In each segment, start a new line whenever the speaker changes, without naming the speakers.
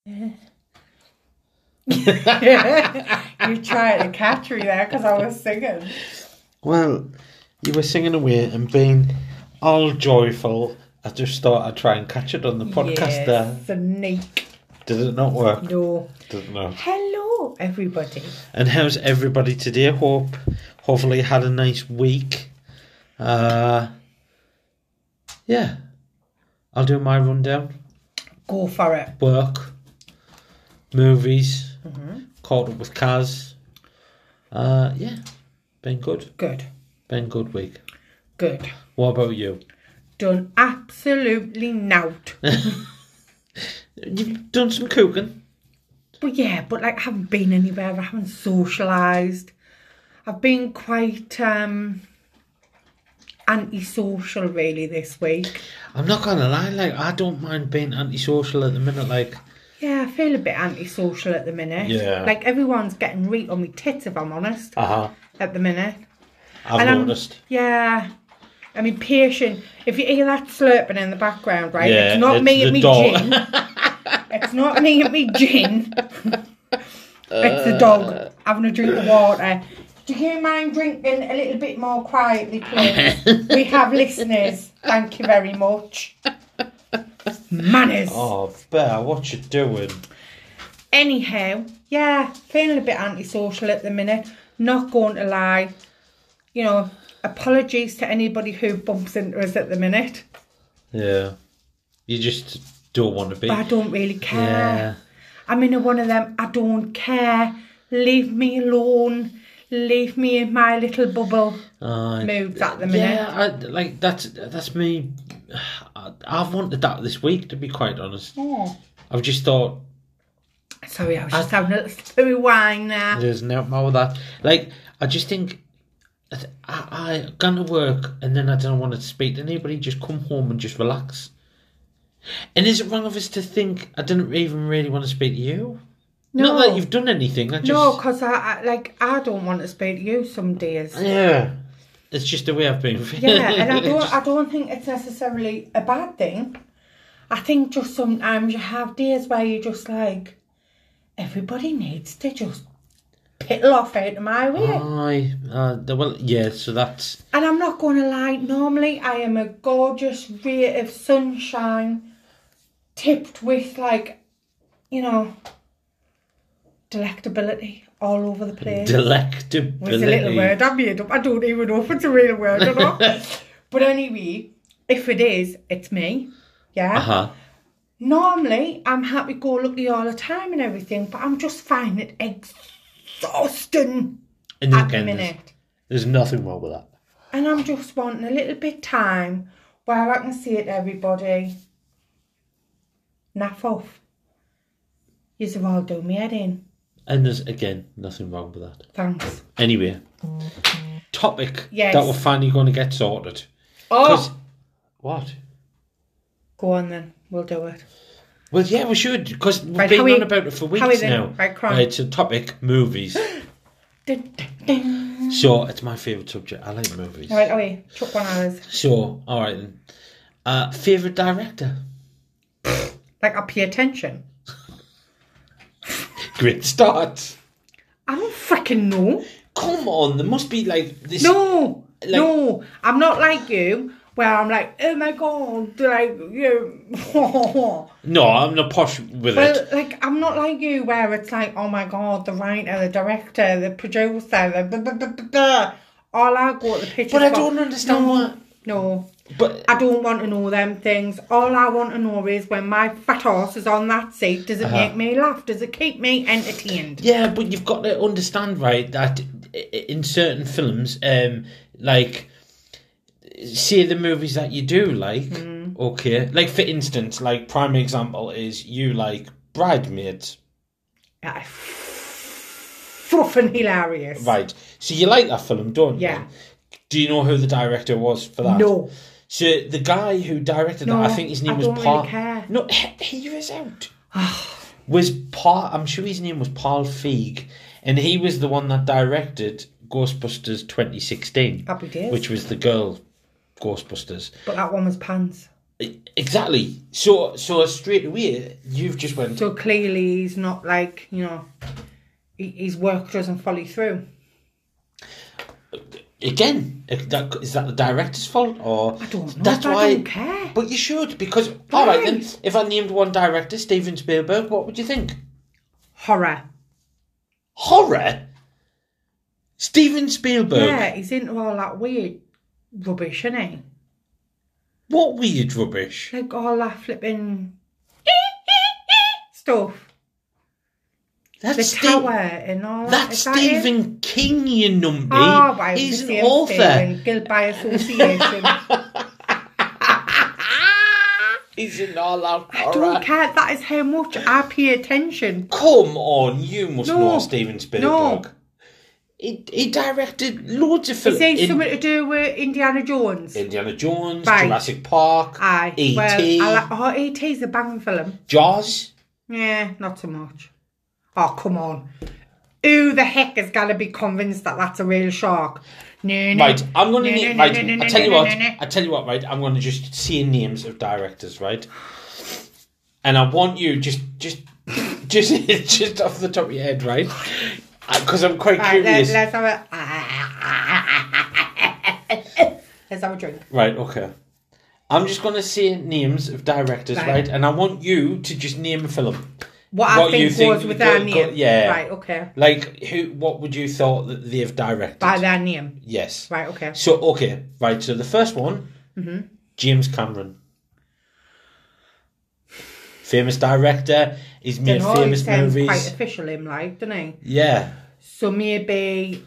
you tried to catch me there because I was singing.
Well, you were singing away and being all joyful. I just thought I'd try and catch it on the podcast there.
Yes, unique.
Did it not work?
No.
Didn't know.
Hello, everybody.
And how's everybody today? Hope, hopefully, you had a nice week. Uh, yeah, I'll do my rundown.
Go for it.
Work, movies, caught up with Kaz. Uh, yeah, been good.
Good.
Been good week.
Good.
What about you?
Done absolutely nout.
You've done some cooking.
But yeah, but like I haven't been anywhere, I haven't socialised. I've been quite um antisocial really this week.
I'm not gonna lie, like I don't mind being antisocial at the minute. Like
Yeah, I feel a bit antisocial at the minute.
Yeah.
Like everyone's getting reet on me tits if I'm honest
Uh-huh.
at the minute.
I've
And I'm-
noticed.
yeah. I mean patient if you hear that slurping in the background, right?
Yeah,
it's not
it's
me
the
and me
dog.
gin. it's not me and me gin. it's the
Uh.
dog having a drink of water. Do you mind drinking a little bit more quietly, please? we have listeners. Thank you very much. Manners.
Oh, Bear, what you doing?
Anyhow, yeah, feeling a bit antisocial at the minute. Not going to lie. You know, apologies to anybody who bumps into us at the minute.
Yeah. You just don't want to be.
But I don't really care.
Yeah.
I'm in a one of them, I don't care. Leave me alone. Leave me in my little bubble
Uh,
moods at the minute.
yeah, I, like that's that's me. I, I've wanted that this week, to be quite honest.
Oh.
I've just thought
Sorry, I was just having a little spooey wine there.
there's no more of that. Like I just think I, I I gone to work and then I don't want to speak to anybody. Just come home and just relax. And is it wrong of us to think I didn't even really want to speak to you?
No.
Not that you've done anything. I just
No, because I, I like I don't want to speak to you some days.
Yeah. It's just the way I've been. feeling.
Yeah, and I don't
Just-
I don't think it's necessarily a bad thing. I think just sometimes you have days where you just like everybody needs to just piddle off out of my way.
Aye, uh, the- well, yeah. So that's
And I'm not going to lie, normally I am a gorgeous ray of sunshine tipped with, like, you know, delectability all over the place.
delectability.
It's a little word, I made up. I don't even know if it's a real word or not. but anyway, if it is, it's me. Yeah.
Uh-huh.
Normally, I'm happy go lucky all the time and everything, but I'm just finding it exhausting
And
at the
again, there's,
minute.
there's nothing wrong with that.
And I'm just wanting a little bit time where I can say to everybody, naff off. You've all done me head in.
And there's again nothing wrong with that.
Thanks.
Anyway, topic
Yes.
that we're finally going to get sorted. 'Cause-
Oh,
What?
go on then. We'll do it.
Well, yeah, we should because we've
Right,
been
how
on
we-
about it for
how we
weeks
then?
now.
Right, crack.
Right, so topic movies.
Dun, dun, dun.
so it's my favourite subject. I like movies.
All right, away. Chuck one hours.
So all right then. Uh, favourite director.
Like, I pay attention.
Great start.
I don't freaking know.
Come on, there must be like this.
No,
Like-
no. I'm not like you, where I'm like, oh my god, like, you know.
No, I'm not posh with
Well,
it.
like I'm not like you, where it's like, oh my god, the writer, the director, the producer, the blah, blah, blah, blah, blah. all I go to the picture.
But I don't understand why.
No,
But
I don't want to know them things. All I want to know is when my fat ass is on that seat, does it
Uh-huh.
make me laugh? Does it keep me entertained?
Yeah, but you've got to understand, right, that i- in certain films, um, like, see the movies that you do like, okay, like for instance, like prime example is you like Bridesmaids,
Yeah. Fluffing hilarious.
right? So you like that film, don't
Yeah.
you? Do you know who the director was for that?
No.
So the guy who directed that, I
No,
think his
I
name was
don't really
Paul.
care. Ah.
No, he he was out. was Paul? I'm sure his name was Paul Feig, and he was the one that directed Ghostbusters 2016,
Happy days.
which was the girl Ghostbusters.
But that one was pants.
Exactly. So so straight away you've just went
So clearly he's not like, you know, he- his work doesn't follow through.
again. If that is that the director's fault or
I don't know.
that's
I
why.
don't care.
But you should because all right then.
Right.
If I named one director Steven Spielberg, what would you think?
Horror.
Horror. Steven Spielberg.
Yeah, he's into all that weird rubbish, isn't he?
What weird rubbish.
Like all that flipping stuff.
That's
The
Ste-
tower and all that.
That's
Is that him?
Stephen King, you numpty.
Oh, by
He's an
association,
author.
Guilt by association.
He's an all-out
I
horror.
don't care. That is how much I pay attention.
Come on, you must
No.
know Steven Spielberg. He, he directed loads of
Is
films.
it something to do with Indiana Jones?
Indiana Jones,
Right.
Jurassic Park, E
Aye.
E.T.,
Well, I like, oh, E.T.'s a banging film.
Jaws.
Yeah, not so much. Oh, come on. Who the heck is going to be convinced that that's a real shark? No, no.
Right, I'm going to
No,
name.
no,
Right,
no, no, no,
I tell you
no,
what.
no, no.
I tell you what. Right, I'm going to just say names of directors. Right, and I want you just, just, just, just off the top of your head, right? Because I'm quite
Right, let,
curious.
let's have a. let's have a drink.
Right, okay. I'm just going to say names of directors, right.
Right.
And I want you to just name a film.
What,
What
I
you
think,
think
was with
go-
our
go-
name.
yeah.
Right, okay.
Like, who? What would you thought that they have directed?
By their name.
yes.
Right, okay.
So okay, right. So the first one, James Cameron, famous director. He's made
Dunno, he
famous
sounds
movies.
quite official, him like, doesn't he?
Yeah.
So maybe,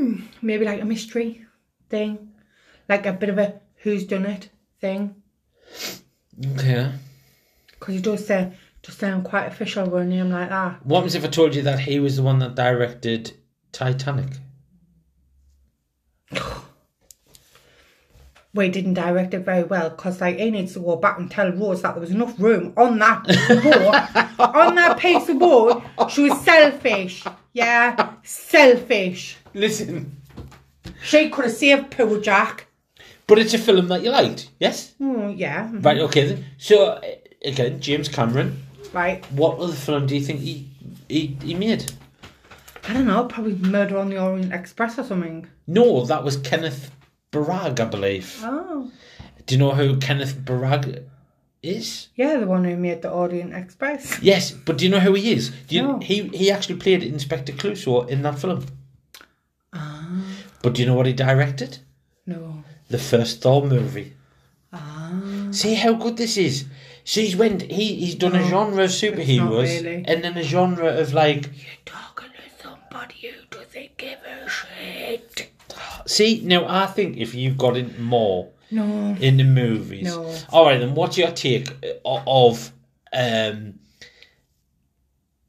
mm, maybe like a mystery thing, like a bit of a who's done it thing,
Okay.
because it does sound does sound quite official with a name like that.
What happens if I told you that he was the one that directed Titanic?
We didn't direct it very well because like he needs to go back and tell Rose that there was enough room on that board, on that piece of board. She was selfish, yeah, selfish.
Listen,
She could have saved poor Jack.
but it's a film that you liked, yes?
Oh yeah,
Right. Okay. Then. So uh, again, James Cameron.
right.
What other film do you think he he, he made?
I don't know. Probably Murder on the Orient Express or something.
No, that was Kenneth Barag, I believe.
Oh.
Do you know who Kenneth Barag is?
Yeah, the one who made the Orient Express.
Yes, but do you know who he is? Do you,
No.
He he actually played Inspector Clouseau in that film.
Ah.
But do you know what he directed?
No.
The first Thor movie.
Ah.
See how good this is. So he's went. He he's done a genre of superheroes,
really.
and then a genre of like.
Talking to somebody who doesn't give a shit.
See now, I think if you've got in more
No.
in the movies.
No.
All right, then. What's your take o- of? um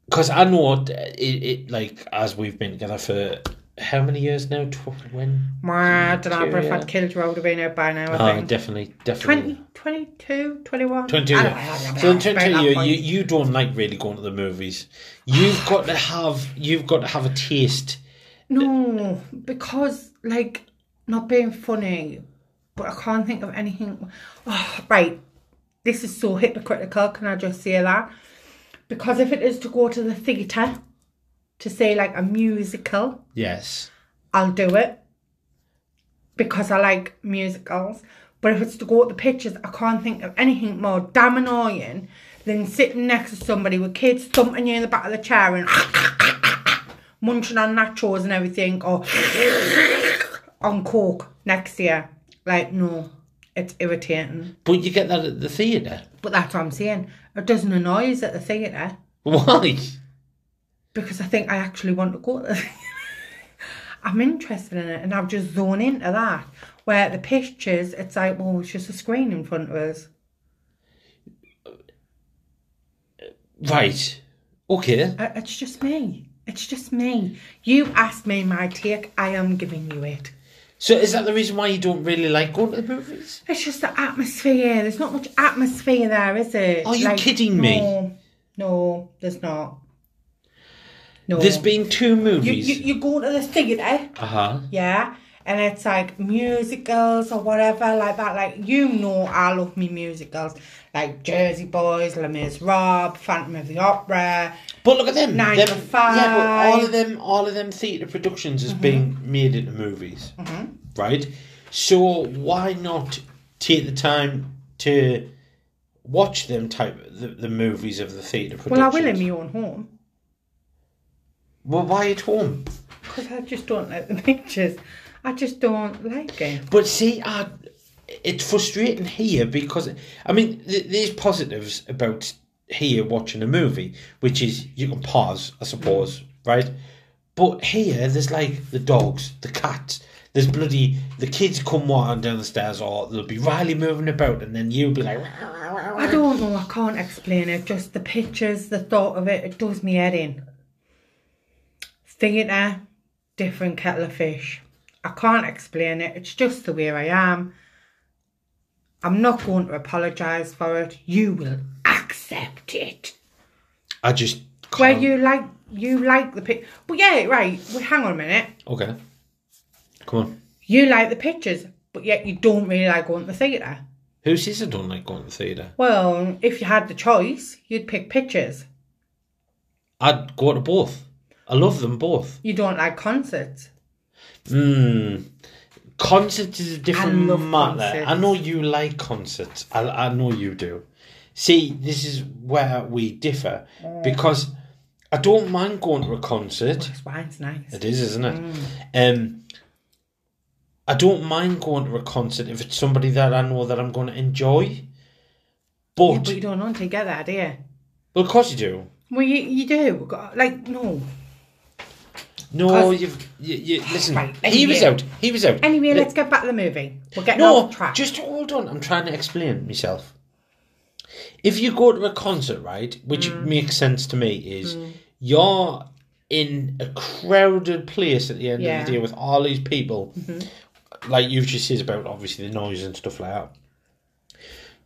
Because I know it, it, like as we've been together for how many years now? Tw- when?
I don't know, but if
Yeah.
I'd killed you, I would have been out by now, I
Oh,
think.
definitely, definitely.
20, 22, 21?
22.
I don't know.
So in 22,
About
you,
that
you,
point.
you don't like really going to the movies. You've got to have you've got to have a taste.
No, because, like, not being funny, but I can't think of anything. Oh, right. This is so hypocritical, can I just say that? Because if it is to go to the theatre to say, like, a musical,
Yes.
I'll do it because I like musicals. But if it's to go at the pictures, I can't think of anything more damn annoying than sitting next to somebody with kids thumping you in the back of the chair and munching on nachos and everything or on coke next year. Like, no, it's irritating.
But you get that at the theatre.
But that's what I'm saying. It doesn't annoy us at the theatre
Why?
because I think I actually want to go. there. I'm interested in it, and I've just zoned into that. Where the pictures, it's like, well, it's just a screen in front of us.
Right. Okay.
I- It's just me. It's just me. You asked me my take. I am giving you it.
So is that the reason why you don't really like going to the movies?
It's just the atmosphere. There's not much atmosphere there, is it?
Are you kidding me?
No, no, there's not. No.
There's been two
you,
movies.
you, you go to the theatre,
Uh huh.
yeah, and it's like musicals or whatever like that. Like you know, I love me musicals like Jersey Boys, Les Mis Rob, Phantom of the Opera.
But look at them.
Nine
them
to five. Mm-hmm.
Yeah, but all of them, all of them theatre productions is being made into movies, right? So why not take the time to watch them type the, the movies of the theatre
Well, I
productions?
will in my own home
Well, why at home?
because I just don't like the pictures. I just don't like it.
But see, I, it's frustrating here because I mean, th- there's positives about here watching a movie, which is you can pause, I suppose, right? But here, there's like the dogs, the cats. There's bloody the kids come walking down the stairs, or there'll be Riley moving about, and then you'll be like, "Rah, rah, rah, rah."
I don't know. I can't explain it. Just the pictures, the thought of it, it does me head in. Theatre, different kettle of fish. I can't explain it. It's just the way I am. I'm not going to apologise for it. You will accept it.
I just can't.
Where you like, you like the pic. But yeah, right. Well, hang on a minute.
okay? Come on.
You like the pictures, but yet you don't really like going to the theatre.
Who says I don't like going to the theatre?
Well, if you had the choice, you'd pick pictures.
I'd go to both. I love them both.
You don't like concerts.
Mm. Concerts is a different
I love
matter.
concerts.
I know you like concerts. I, I know you do. See, this is where we differ because I don't mind going to a concert.
This wine's nice.
It is, isn't
Mm.
it? Um, I don't mind going to a concert if it's somebody that I know that I'm going to enjoy.
Yeah,
But,
but you don't want to get that, do you?
well, of course you do.
Well, you, you do. Like, no.
No,
Cause-
you've you, you listen.
Right,
He was
anyway.
out. He was out.
Anyway,
Let-
let's get back to the movie. We're getting
No,
off track.
just hold on. I'm trying to explain myself. If you go to a concert, right, which
Mm.
makes sense to me, is you're in a crowded place at the end
Yeah. Mm-hmm.
of the day with all these people, like you've just said about obviously the noise and stuff like that.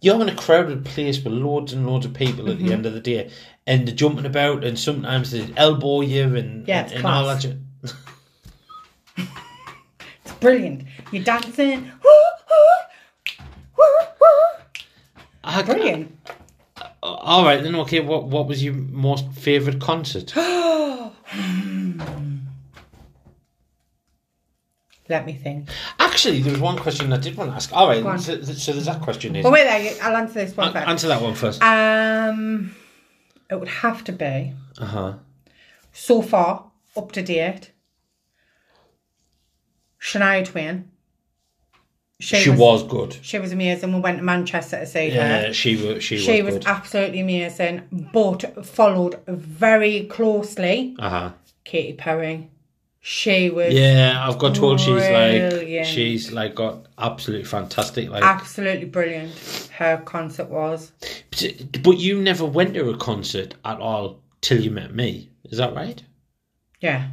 You're in a crowded place with loads and loads of people at
Mm-hmm.
the end of the day, and they're jumping about, and sometimes they elbow you, and
Yeah,
and,
it's
and all that.
class.
shit.
It's brilliant. You're dancing.
I- uh,
Brilliant.
All right, then. Okay, what what was your most favorite concert?
Let me think.
Actually, there was one question I did want to ask. All right,
Go on.
so, so there's that question. Is
Well, wait there. I'll answer this one
An-
first.
answer that one first.
Um, it would have to be,
Uh huh.
so far, up to date, Shania Twain.
She was good.
She was amazing. We went to Manchester to see her.
Yeah, she was. She,
She
was,
was
good.
absolutely amazing, but followed very closely
Uh huh.
Katy Perry. She was
Yeah, I've got told she's like
Brilliant.
she's like got absolutely fantastic. Like,
absolutely brilliant. Her concert was.
But- but you never went to a concert at all till you met me. Is that right?
Yeah.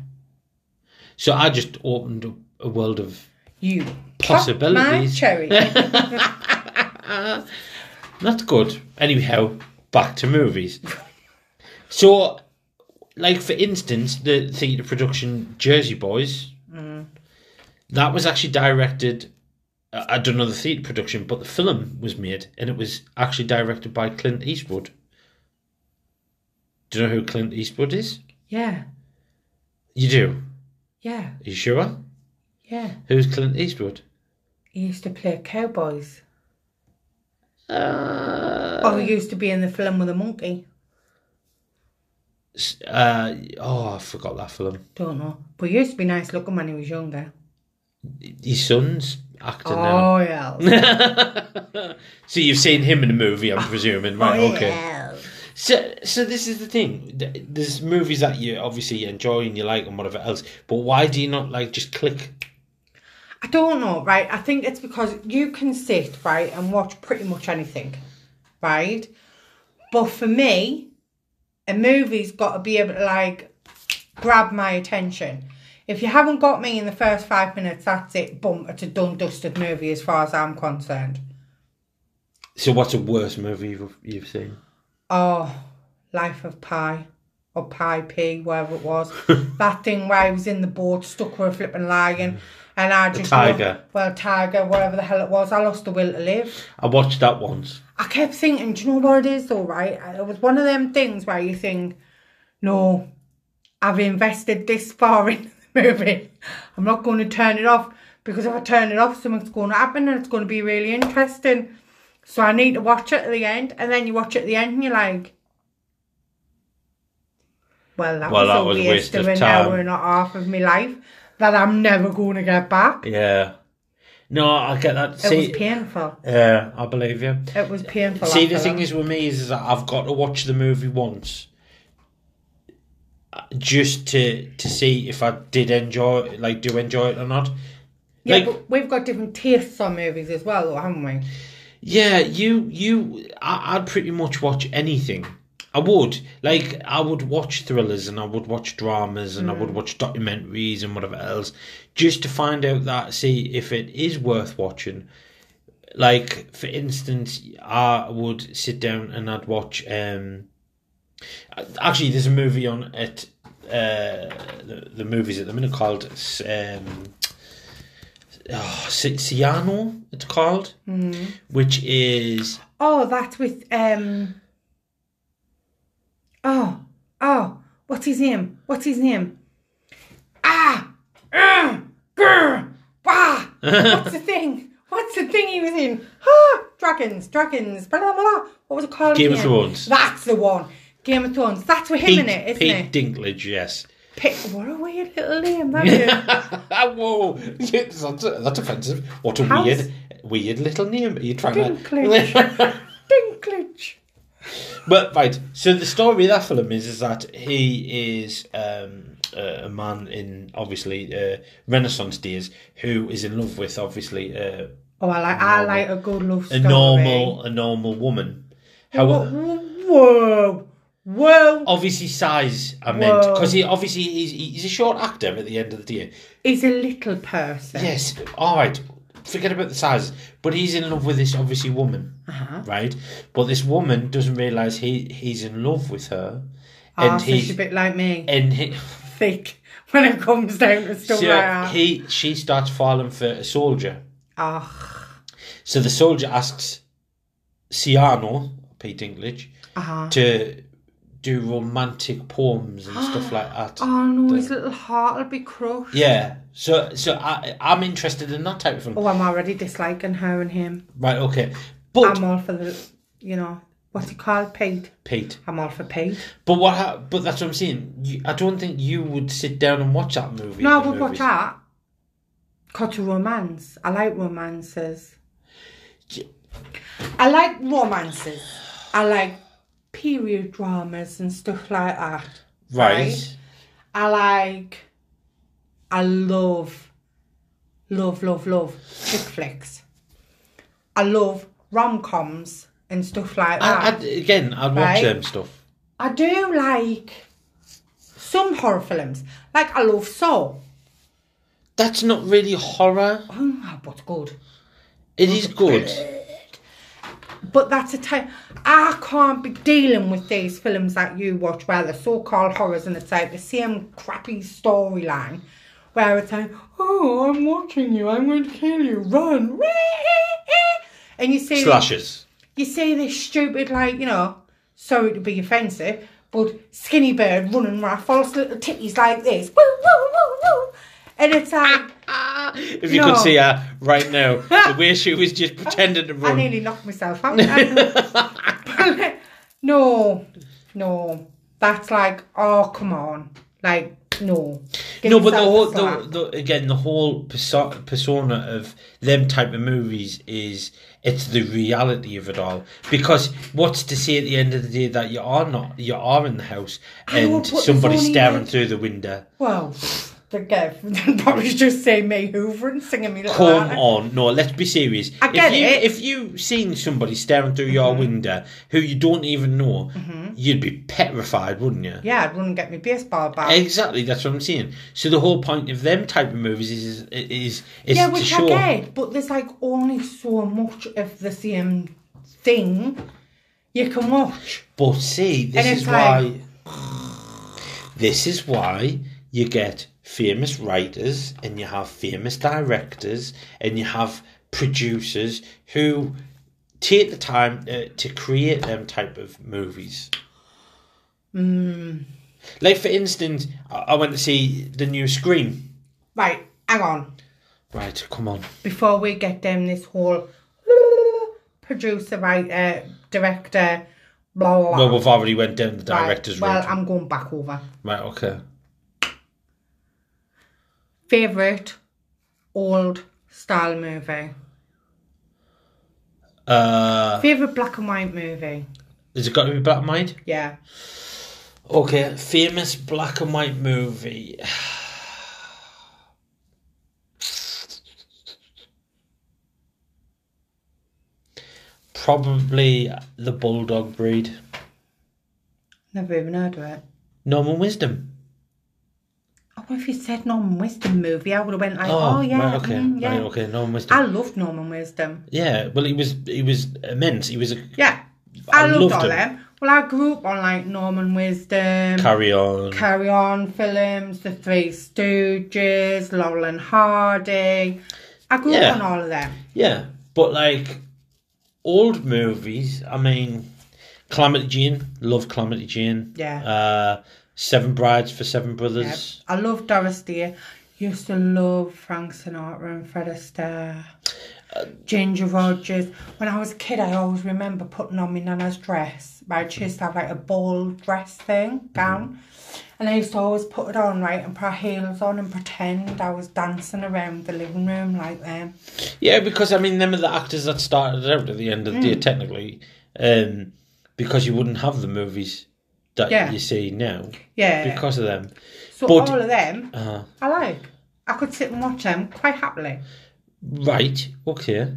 So I just opened up a world of
You.
Possibilities.
Pop my cherry.
That's good. Anyhow, back to movies. so, like for instance, the theatre production Jersey Boys,
Mm.
that was actually directed. uh, I I don't know the theatre production, but the film was made, and it was actually directed by Clint Eastwood. Do you know who Clint Eastwood is?
yeah.
You do.
Yeah.
Are you sure?
Yeah.
Who's Clint Eastwood?
He used to play cowboys.
Uh,
Or he used to be in the film with a monkey.
s- uh, oh, I forgot that film.
Don't know. But he used to be nice looking when he was younger.
His son's actor now.
Oh, yeah.
So you've seen him in a movie, I'm presuming, right?
Oh,
okay.
yeah.
So, so this is the thing. Th- There's movies that you obviously enjoy and you like and whatever else. But why do you not like just click?
I don't know, right? I think it's because you can sit, right, and watch pretty much anything, right? But for me, a movie's got to be able to, like, grab my attention. If you haven't got me in the first five minutes, that's it. Boom, it's a done, dusted movie as far as I'm concerned.
So what's the worst movie you've, you've seen?
Oh, Life of Pi or Pi P, wherever it was. that thing where I was in the boat, stuck with a flipping lion, And I just
Tiger.
love- well, tiger, whatever the hell it was. I lost the will to live.
I watched that once.
I kept thinking, do you know what it is? All right, it was one of them things where you think, no, I've invested this far in the movie. I'm not going to turn it off because if I turn it off, something's going to happen and it's going to be really interesting. So I need to watch it at the end. And then you watch it at the end and you're like, well, that
Well,
was
that
a
was a
waste,
waste
of
of
an
time.
hour and a half of my life that I'm never going to get back.
Yeah. No, I get that.
It was
See,
painful.
yeah, I believe you.
It was painful.
See,
after
the thing
that.
is with me is, is that I've got to watch the movie once, uh, just to to see if I did enjoy, like, do enjoy it or not.
Yeah,
like-
but we've got different tastes on movies as well, though, haven't we?
Yeah, you you, I, I'd pretty much watch anything. I would like I would watch thrillers and I would watch dramas and I would watch documentaries and whatever else, just to find out that see if it is worth watching. Like for instance, I would sit down and I'd watch. um Actually, there's a movie on at uh, the, the movies at the minute called um, oh, Si- Siano. It's called, which is
Oh, that's with um. Oh, oh, what's his name? What's his name? Ah, uh, grr, wah. What's the thing? What's the thing he was in? Ah, dragons, dragons, blah blah blah. What was it called?
Game of
again?
Thrones.
That's the one. Game of Thrones. That's with him in it, isn't
Pete
it?
Dinklage, yes.
Pick, what a weird little name that is.
Ah, Whoa, that's, that's offensive. What a
How's-
weird, weird little name. Are you trying
Dinklage.
to?
Dinklage.
but right, so the story of that film is is that he is um, a a man in obviously uh, Renaissance days who is in love with obviously uh,
Oh, I like, I like a good love
a
story.
normal a normal woman. How,
Whoa, whoa.
obviously size I meant
Whoa.
because he obviously he's, he's a short actor at the end of the day.
He's a little person.
Yes, all right. Forget about the sizes, but he's in love with this obviously woman,
Uh-huh.
right? But this woman doesn't realize he he's in love with her, and
Ah, so
he
she's a bit like me,
and he,
thick, when it comes down to stuff like
so
that.
he she starts falling for a soldier.
Ah,
So the soldier asks Ciano Pete Dinklage
ah.
to do romantic poems and stuff like that.
Oh no, his little heart will be crushed.
Yeah. So so I I'm interested in that type of film.
Oh, I'm already disliking her and him.
Right. Okay. But
I'm all for the, you know, what's he called? Pete.
Pete.
I'm all for Pete.
But what? Ha- but that's what I'm saying. You, I don't think you would sit down and watch that movie.
No,
at
I
the
would watch
movies.
that. Cut to romance. I like romances.
J-
I like romances. I like period dramas and stuff like that.
Right.
right? I like. I love, love, love, love chick flicks. I love rom coms and stuff like that.
I, I'd, again, I'd watch
Right.
them stuff.
I do like some horror films. Like I love Saw.
That's not really horror.
Oh, my, what's good?
It is good.
But that's a type. I can't be dealing with these films that you watch where they're so called horrors and it's like the same crappy storyline where it's like, oh, I'm watching you, I'm going to kill you, run. And you see,
Slashes.
you see this stupid, like, you know, sorry to be offensive, but skinny bird running around false little titties like this. Woo, woo, woo, woo. And it's like,
If you could
Uh, No.
see her right now, the way she was just pretending to
I
run.
nearly knocked myself out. But, no, no, that's like, oh come on, like no. Give
No, but the
yourself a
whole,
slap.
the, the, again, the whole perso- persona of them type of movies is it's the reality of it all. Because what's to say at the end of the day that you are not, you are in the house
know,
and
but there's
somebody's
only,
staring
like-
through the window.
well, the guy probably just say me Hoover and singing me like
Come
that.
on, no, let's be serious.
I get
if you,
it. Mm-hmm.
If you've seen somebody staring through your window who you don't even know, you'd be petrified, wouldn't you?
Yeah, I'd run and get my baseball bat.
Exactly, that's what I'm saying. So the whole point of them type of movies is is, is, is
yeah,
to
which
show.
I get, but there's like only so much of the same thing you can watch.
But see, this
And
is
it's like-
why. This is why you get famous writers and you have famous directors and you have producers who take the time uh, to create them type of movies.
Hmm.
Like for instance, I I went to see the new Scream.
Right, hang on.
Right, come on.
Before we get down this whole producer, writer, director, blah, blah, blah.
Well, we've already went down the
Right,
director's
Well,
route.
I'm going back over.
Right, okay.
Favourite old style movie?
Uh,
Favourite black and white movie?
has it got to be black and white?
Yeah.
Okay, famous black and white movie. Probably the bulldog breed.
Never even heard of it.
Norman Wisdom.
Oh, if you said Norman Wisdom movie, I would have went like,
Oh,
oh, yeah,
right, okay,
mm, yeah.
right, okay, Norman Wisdom.
I loved Norman Wisdom.
Yeah, well, he was he was immense. He was a
Yeah, I,
I
loved,
loved
all
him.
them. Well, I grew up on like Norman Wisdom,
carry on.
Carry On films, The Three Stooges, Laurel and Hardy. I grew
Yeah.
up on all of them.
yeah, but like old movies. I mean, Calamity Jane. Love Calamity Jane.
Yeah.
Uh, Seven Brides for Seven
Yep.
Brothers.
I loved Doris Day. Used to love Frank Sinatra and Fred Astaire.
Uh,
Ginger Rogers. When I was a kid, I always remember putting on my nana's dress. Right, she used to have like a ball dress
Mm-hmm.
thing gown, and I used to always put it on right and put heels on and pretend I was dancing around the living room like um, them.
Yeah, because I mean, them are the actors that started out at the end of the
Hmm.
day, technically, um, because you wouldn't have the movies that
Yeah.
you see now
Yeah.
because of them.
so
but-
all of them,
Uh,
I like. I could sit and watch them quite happily.
Right, okay.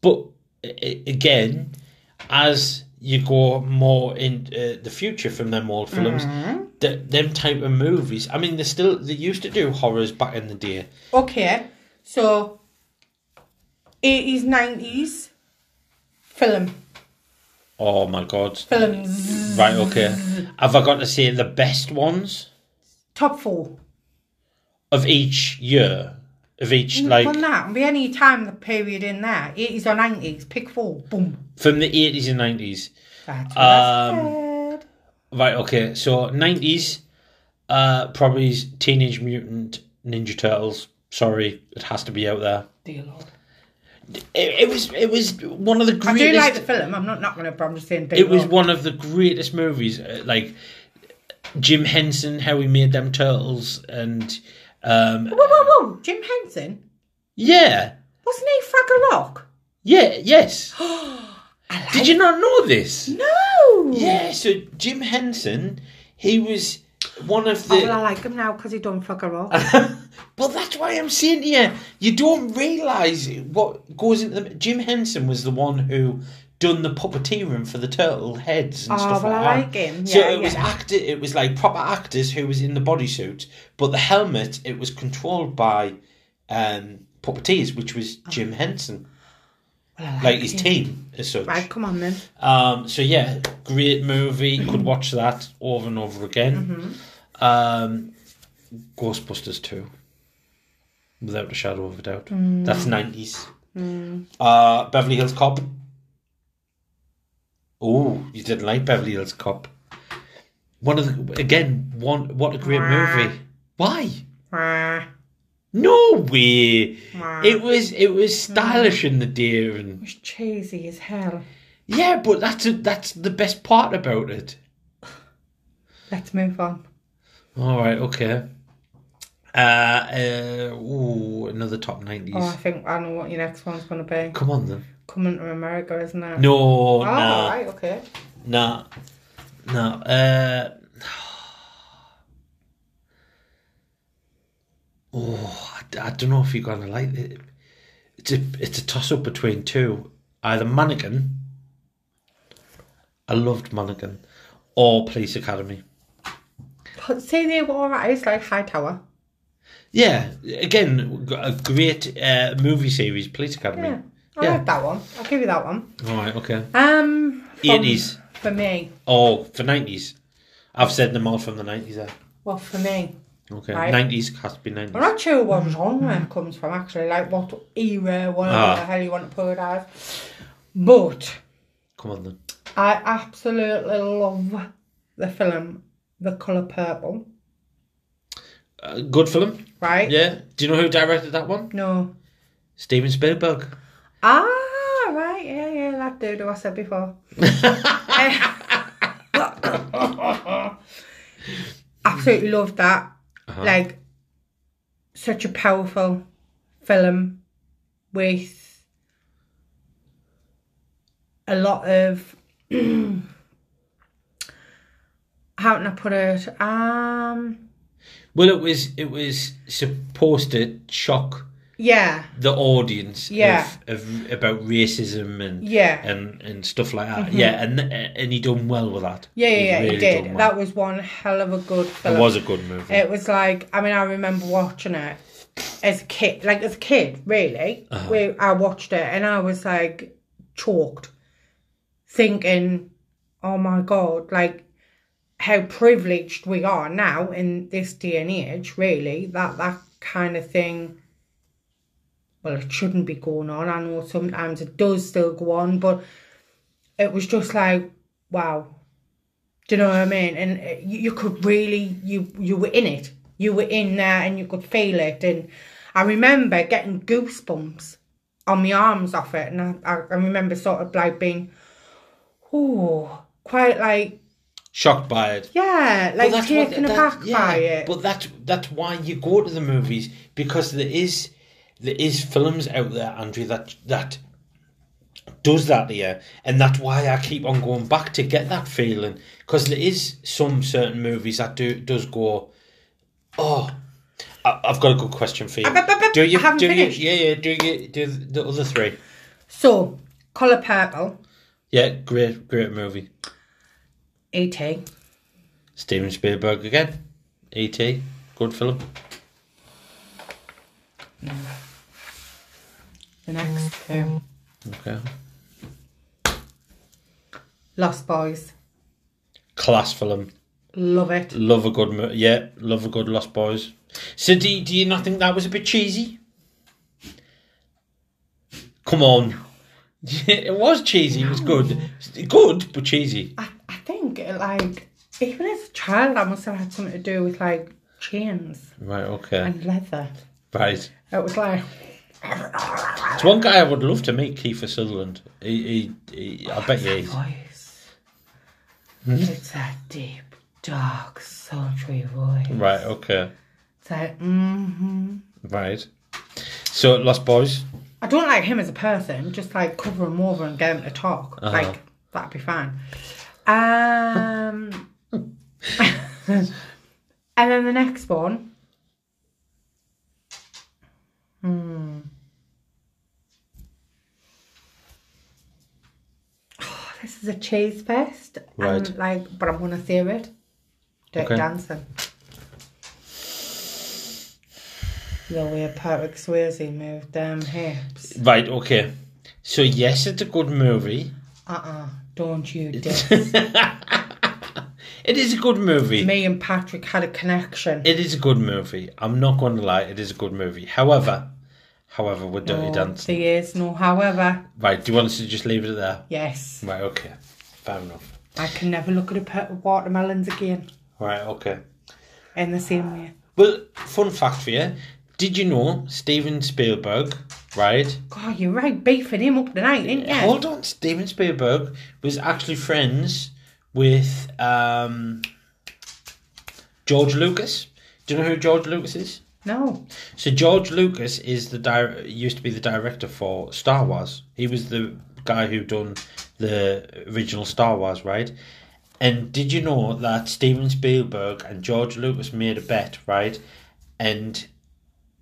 But a- a- again, as you go more in uh, the future from them old films,
Mm-hmm.
th- them type of movies. I mean, they still they used to do horrors back in the day.
Okay, so 80s, 90s film.
Oh my god!
Films.
Right, okay. Have I got to say the best ones
Top four.
of each year? Of each, like
Mm, well, that be any time the period in there, 80s or 90s, pick four, boom.
from the eighties and nineties.
That's what
Um,
I said.
Right, okay. So nineties, uh, probably is Teenage Mutant Ninja Turtles. Sorry, it has to be out there.
Dear Lord.
It, it was it was one of the
I do
greatest.
like the film, I'm not knocking it, but I'm just saying, dear
it was
Lord.
one of the greatest movies. uh, Like Jim Henson, how he made them turtles, and um,
Whoa, whoa, whoa, Jim Henson?
yeah,
Wasn't he Fraggle Rock?
yeah, yes. Did you not know this?
No!
Yeah. So Jim Henson, he was one of
Oh, well, I
the.
like him now because he done Fraggle Rock.
Well, that's why I'm saying to you, you don't realise what goes into them. Jim Henson was the one who done the puppeteering for the turtle heads and
Oh,
stuff
well,
like
I
that.
like him.
so
Yeah,
it was
yeah.
actor, it was like proper actors who was in the bodysuit, but the helmet it was controlled by um, puppeteers, which was Jim Henson,
Oh. Well, I
like his
him.
team as such.
Right, come on then.
Um, so yeah, great movie. Could watch that over and over again. Um, Ghostbusters two, without a shadow of a doubt. That's nineties. Uh, Beverly Hills Cop. Oh, you didn't like Beverly Hills Cop. One of the again one what a great movie. Why?
Ah,
No way. It was it was stylish in the day and
It was cheesy as hell.
yeah, but that's a, that's the best part about it.
Let's move on.
All right, okay. Uh, uh ooh, another top nineties.
Oh, I think I know what your next one's going to be.
Come on then.
Coming to America, isn't it?
No,
Oh,
nah,
right, okay.
nah, nah. Uh, oh, I, don't know if you're gonna like it. It's a it's a toss up between two. Either Mannequin. I loved Mannequin, or Police Academy.
But say they were alright, it's like Hightower.
Yeah, again, a great uh, movie series, Police Academy.
Yeah. I
Yeah.
like that one. I'll give you that one.
All right, okay.
Um, from-
Eighties.
For me.
Oh, for nineties. I've said them all from the nineties.
Well, for me.
Okay.
Right.
Nineties has to be nineties.
I'm not sure what genre it comes from actually, like what era, whatever
Ah.
the hell you want to put it as. But
Come on then.
I absolutely love the film The Colour Purple,
Uh, good film.
right?
Yeah. Do you know who directed that one?
No.
Steven Spielberg.
Ah, right, yeah, yeah, that dude who I said before. Absolutely loved that.
Uh-huh.
Like, such a powerful film with a lot of. how can I put it? Um,
Well, it was it was supposed to shock
yeah,
the audience
Yeah.
of, of about racism and
Yeah. Mm-hmm.
and and stuff like that. Yeah, and and he done well with that.
yeah, yeah, yeah,
really
he did.
done well.
That Uh, was one hell of a good film.
it was a good movie.
It was like I mean I remember watching it as a kid, like as a kid, really. We, I watched it and I was like chalked, thinking, "Oh my god!" Like how privileged we are now in this day and age. Really, that that kind of thing. Well, it shouldn't be going on. I know sometimes it does still go on, but it was just like, wow, do you know what I mean? And uh, you, you could really you you were in it. You were in there, and you could feel it. And I remember getting goosebumps on my arms off it, and I, I, I remember sort of like being, ooh, quite like
Shocked by it.
yeah, like taken
what-
aback
yeah,
by it.
But that's that's why you go to the movies because there is there is films out there, Andrew, that that does that to you, and that's why I keep on going back to get that feeling because there is some certain movies that do does go, oh. I- I've got a good question for you.
Ah, but- but- but
do you
I haven't
do you,
finished.
yeah yeah do you do the other three?
so, color purple,
Yeah, great great movie.
E.T.
Steven Spielberg again. E.T. Good film.
The next two,
Okay.
Lost Boys,
Class film.
love it.
Love a good, mo- yeah, love a good Lost Boys. So do, you- do you not think that was a bit cheesy? Come on. it was cheesy, it was good. Good, but cheesy.
I, I think like even as a child, I must have had something to do with like chains
Right, okay.
and leather.
Right.
It was like
It's one guy I would love to meet, Kiefer Sutherland. He, he, he, I bet you he's.
voice. It's that deep, dark, sultry voice.
Right, okay.
It's like, mm-hmm.
Right. So, Lost Boys.
I don't like him as a person. Just like cover him over and get him to talk.
Uh-huh.
Like that'd be fine. Um, and then the next one. Hmm. Oh, this is a cheese fest.
Right.
And like, but I'm gonna say it. Dirty
Okay.
Dancing. The way Patrick Swayze moved them hips.
Right, okay. So, yes, it's a good movie.
Uh-uh, don't you dare.
It is a good movie.
Me and Patrick had a connection.
It is a good movie. I'm not going to lie. It is a good movie. However, however, with Dirty
Oh,
Dancing.
the years, no, however,
Right, do you want us to just leave it at that?
yes,
Right, okay. Fair enough.
I can never look at a pet of watermelons again
Right, okay.
in the same way.
Well, fun fact for you. Did you know Steven Spielberg, right?
God, you're right, beefing him up tonight, didn't you?
Hold on, Steven Spielberg was actually friends with um, George Lucas. Do you know who George Lucas is?
No.
So George Lucas is the di- used to be the director for Star Wars. He was the guy who done the original Star Wars, right? And did you know that Steven Spielberg and George Lucas made a bet, right? And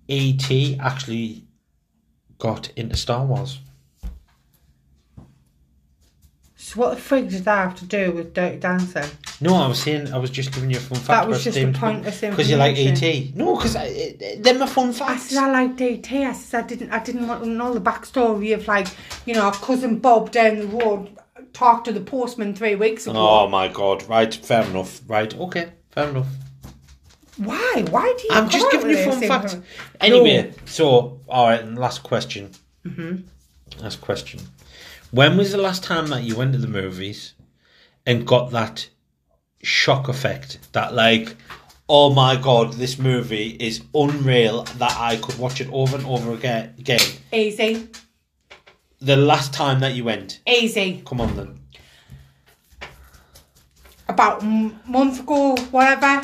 E.T. actually got into Star Wars.
So what the frig did that have to do with Dirty Dancing?
No, I was saying I was just giving you a fun fact.
That was
about
just
Steven
a pointless
because you like
information.
E.T. No, uh, because they're my fun
I
facts.
said I like DT. I said I didn't. I didn't want to know the backstory of like, you know, cousin Bob down the road talked to the postman three weeks ago.
Oh my god! Right, fair enough. Right, okay, fair enough.
Why? Why do you?
I'm just
come
giving
up
you
with
fun
this
facts.
info-
Anyway, so all right, and last question. Mm-hmm. Last question. When was the last time that you went to the movies and got that shock effect? That like, oh my god, this movie is unreal. That I could watch it over and over again. again.
Easy,
The last time that you went,
easy.
come on then.
About a m- month ago, whatever.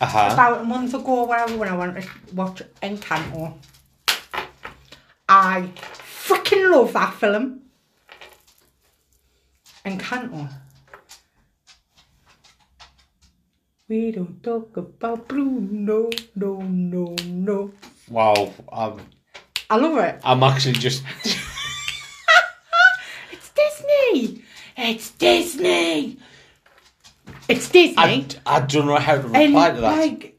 Uh huh.
About a month ago, whatever, when I went to watch Encanto. I freaking love that film. Encanto. We don't talk about Bruno, no, no, no.
Wow. I'm
I love it.
I'm actually just.
It's Disney. It's Disney. It's Disney.
I, I don't know how to
And,
reply to that.
Like,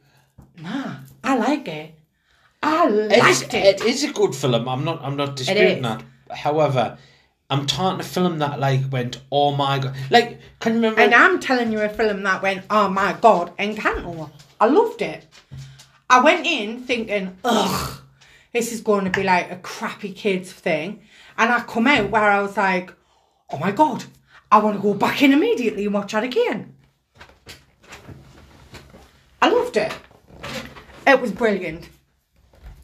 nah, I like it. I
It is,
liked it.
it is a good film. I'm not. I'm not
is.
disputing that. However, I'm tarting a film that like went. Oh my god! Like, can you remember?
And I'm telling you a film that went, oh my god, Encanto. I loved it. I went in thinking, ugh, this is going to be like a crappy kids thing. And I come out where I was like, oh my god, I want to go back in immediately and watch that again. I loved it. It was brilliant.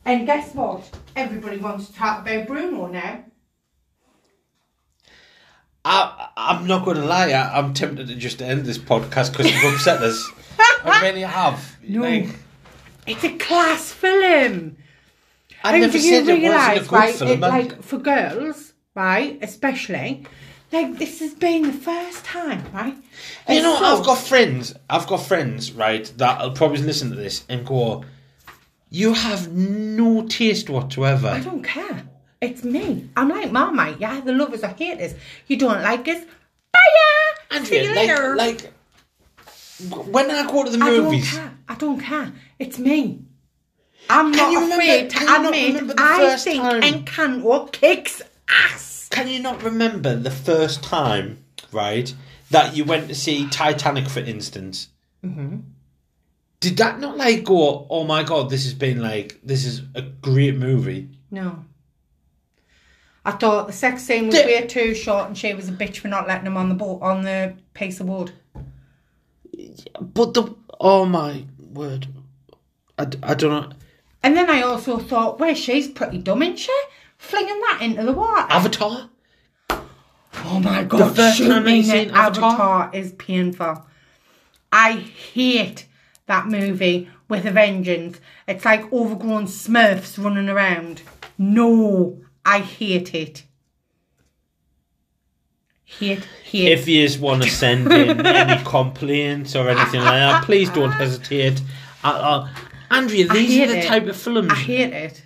And guess what? Everybody wants to talk about Bruno now.
I, I'm not going to lie. I, I'm tempted to just end this podcast because you've upset us. I really have.
No.
Like,
It's a class film.
I
And
never
do you
said it wasn't a
realise,
good
right?
film.
It,
and-
like for girls, right, especially, like this has been the first time, right?
you
It's
know,
so-
I've got friends. I've got friends, right? That'll probably listen to this and go, "You have no taste whatsoever."
I don't care. It's me. I'm like Marmite. Yeah, the lovers or haters. You don't like us. Bye. See
Andrea,
you
like,
later.
like, w- when I go to the
I don't
movies.
care. I don't care. It's me. I'm
Can you
not
remember-
afraid to
can you not remember
admit
the
I
first
think
time?
Encanto kicks ass.
Can you not remember the first time, right, that you went to see Titanic, for instance? Mm-hmm. Did that not like go? Oh my god, this has been like this is a great movie.
No. I thought the sex scene was
Di-
way too short and she was a bitch for not letting him on the boat on the piece of wood.
But the oh my word, I, d- I don't know.
And then I also thought, well, she's pretty dumb, isn't she? Flinging that into the water.
Avatar.
oh my god,
first time
shooting
I've seen
at
Avatar?
Avatar is painful. I hate that movie with a vengeance. It's like overgrown smurfs running around. No, I hate it. Hate, hate.
If you want to send in any complaints or anything like that, please don't hesitate. I, I, Andrea, these
hate
are the
it.
type of films.
I hate it.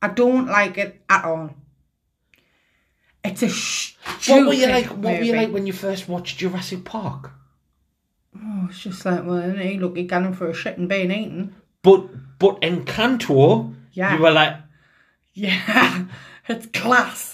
I don't like it at all. It's a sh-
What were you
stupid
like? What were you
movie.
like when you first watched Jurassic Park?
Oh, it's just like, well, isn't he? Look, he's going for a shit and being eaten.
But but Encanto,
Yeah.
you were like,
Yeah, it's class.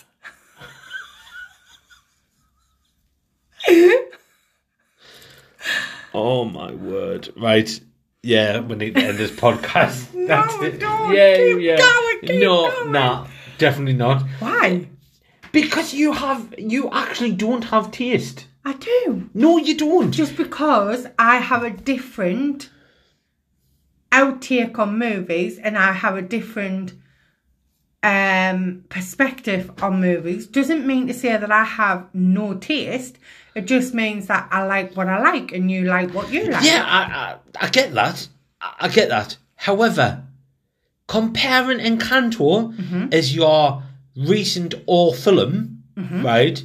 oh my word, right? Yeah, we need to end this podcast. no,
don't. Keep going, keep
no,
going.
nah, definitely not.
Why?
Because you have, you actually don't have taste.
I do.
No, you don't.
Just because I have a different outtake on movies and I have a different um perspective on movies doesn't mean to say that I have no taste. It just means that I like what I like and you like what you like.
yeah, I, I, I get that. I, I get that. However, comparing Encanto
Mm-hmm.
as your recent or film,
Mm-hmm.
right,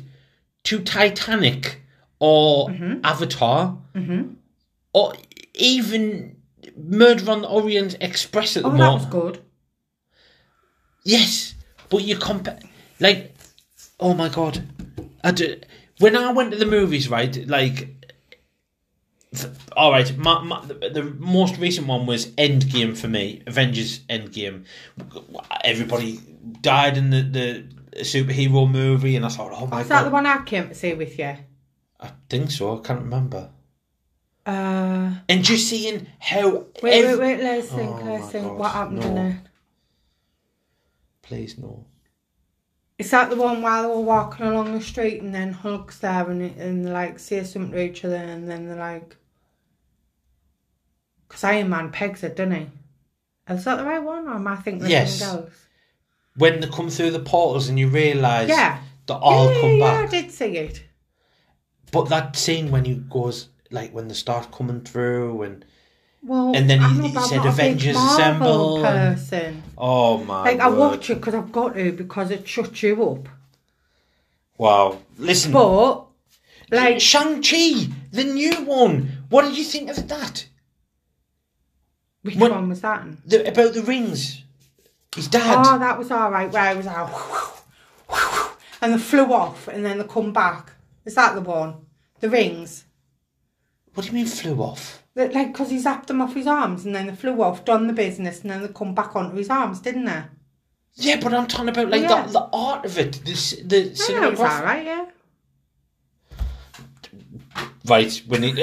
to Titanic or
Mm-hmm.
Avatar or even Murder on the Orient Express at the
Oh, that was
moment.
good.
Yes, but you compare like, oh my god, I do. When I went to the movies, right, like. th- All right, my, my, the, the most recent one was Endgame for me, Avengers Endgame. Everybody died in the, the superhero movie, and I thought, oh my
Is that the
god,
one I came to see with you?
I think so. I can't remember.
Uh,
And just seeing how
wait,
ev-
wait, wait. Let's think.
Oh
let's
my
think.
God,
What happened
no.
in there?
please no.
Is that the one while they were walking along the street and then Hulk's there and, and they like say something to each other and then they're like. Because Iron Man pegs it, doesn't he? Is that the right one or am I thinking of
Yes.
something else?
When they come through the portals and you realise
Yeah.
that all
yeah,
come
yeah,
back.
I did see it.
But that scene when he goes, like when they start coming through, and
Well,
And then he-
I'm not-
he
I'm
said
not a big
Avengers
Marvel
assemble and-
person.
oh my,
Like I
word.
watch it because I've got to because it shuts you up.
Wow, listen,
But like
Shang Chi, the new one. What did you think of that?
which
What-
one was that? In?
The, about the rings, his dad.
Oh, that was all right. Where I was out, and they flew off, and then they come back. Is that the one? The rings.
What do you mean flew off?
That like because he zapped them off his arms, and then they flew off, done the business, and then they come back onto his arms, didn't they?
Yeah, but I'm talking about like
Yeah.
the, the art of it. This the
Yeah, that was
cinematography.
all right. Yeah.
Right, we need.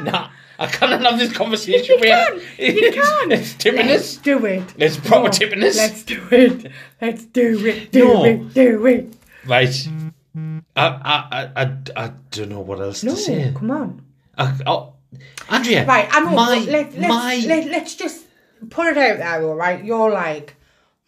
nah, I cannot have this conversation. You
can, you can.
It's tipping
Let's
us.
do it.
It's proper tippiness.
Let's do it. Let's do it. Do
No.
it. Do it.
Right. I, I, I, I, I don't know what else
No,
to say.
come on.
I, oh, Andrea.
Right, I'm
my,
my, let, let's,
my,
let, let's just put it out there, all right? You're like,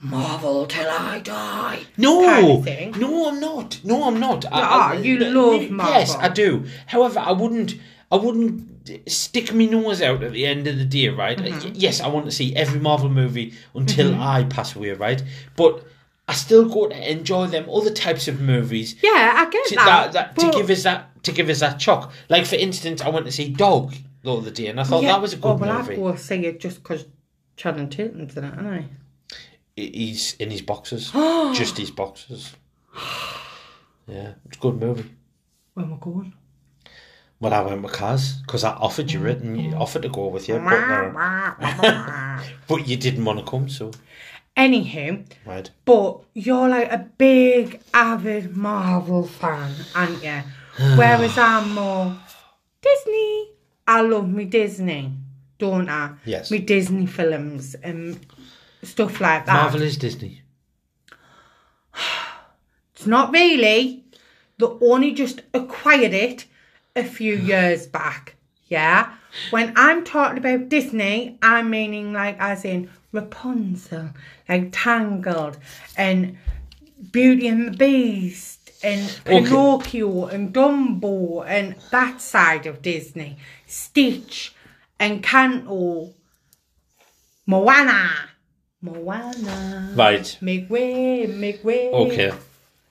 Marvel till I die.
no,
kind of thing.
no, I'm not. No, I'm not. I-
You
I-
are. You
no,
love
Yes,
Marvel.
I do. However, I wouldn't. I wouldn't stick my nose out at the end of the day, right?
Mm-hmm.
Y- Yes, I want to see every Marvel movie until I pass away, right? But I still go to enjoy them other types of movies
Yeah, I get
to,
that.
that, that,
but-
to give us that to give us that shock. Like for instance, I went to see Dog the other day, and I thought
yeah.
that was a good
oh, well,
movie.
I'd go see it just because Channing Tatum's in it, ain't I?
He- He's in his boxes, just his boxes. Yeah, it's a good movie.
Where am I going?
Well, I went with Kaz because I offered you it, and you offered to go with you, but, uh, no. but you didn't want to come, so
Anywho,
right.
but you're like a big, avid Marvel fan, aren't you? Whereas I'm more Disney. I love me Disney, don't I?
Yes.
Me Disney films and stuff like that.
Marvel is Disney.
It's not really. They only just acquired it a few years back. Yeah. When I'm talking about Disney, I'm meaning like as in Rapunzel, like Tangled, and Beauty and the Beast, and
Okay.
Pinocchio, and Dumbo, and that side of Disney. Stitch, and Canto, Moana. Moana.
Right.
Make way, make way.
Okay.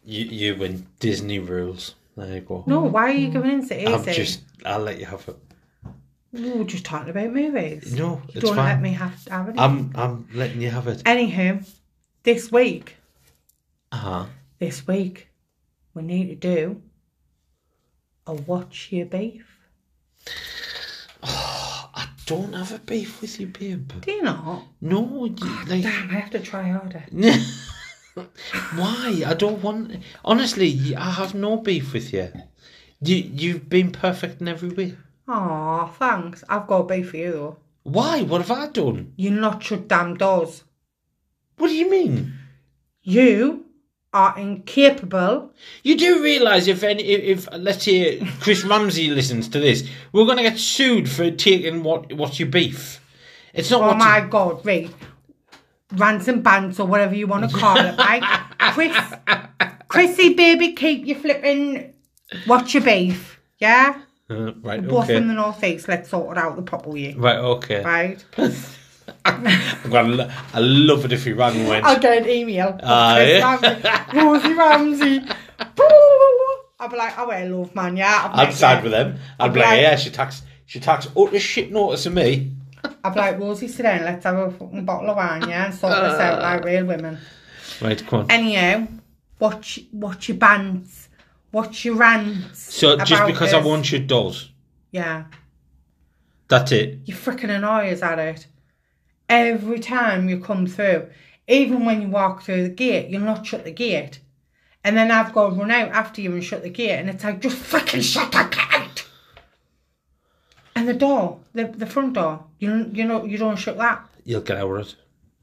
You you win. Disney rules. There you go.
No, why are you giving in to
Mm. I'm
Izzy?
just. I'll let you have it.
We were just talking about movies.
No, it's
Don't
fine.
let me have to have it.
I'm I'm letting you have it.
Anywho, this week,
Uh huh.
this week, we need to do a watch your beef.
I don't have a beef with you, babe.
Do you not?
No, you, like
Damn, I have to try harder.
why? I don't want. Honestly, y- I have no beef with you. You you've been perfect in every way.
Aw, thanks. I've got a beef for you though.
Why? What have I done?
You not your damn doors.
What do you mean?
You are incapable.
You do realise if any if, if let's say Chris Ramsey listens to this, we're gonna get sued for taking what what's your beef. It's not
Oh
what
my god, Reed. Rants and bands or whatever you want to call it, right? Chris, Chrissy, baby, keep your flipping watch your beef, yeah?
Uh, right.
Both in
Okay.
the northeast, let's sort it out the proper way,
Right. Okay.
right?
I'm gonna. lo- I love it if you ran and went.
I'll get an email. from
Ah,
Chris
yeah.
Ramsey, Rosie Ramsey. I'll be like, oh, I love man, yeah.
I'd side with them. I'd be like,
Right.
yeah, she tax, she tax utter shit notice of me.
I'll be like, Rosie, sit down, let's have a fucking bottle of wine, yeah, and sort this out like real women.
Right, come on.
Anyhow, watch watch your bands, watch your rants.
So just
about
because I
this.
want your dolls,
yeah,
that's it.
you freaking annoy us at it. Every time you come through, even when you walk through the gate, you'll not shut the gate, and then I've got to run out after you and shut the gate, and it's like just freaking shut the gate. And the door, the the front door, you don't- you know you don't shut that.
You'll get over it.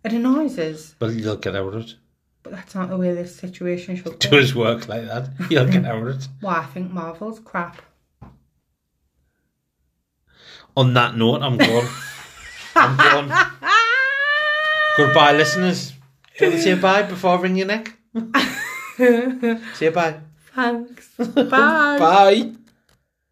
It annoys us,
But you'll get over it.
but that's not the way this situation should go.
Does work like that. You'll get over it.
Well, I think Marvel's crap.
On that note, I'm gone. I'm gone. Goodbye, listeners. Do you want to say bye before I wring your neck? say bye.
Thanks. Bye.
Bye.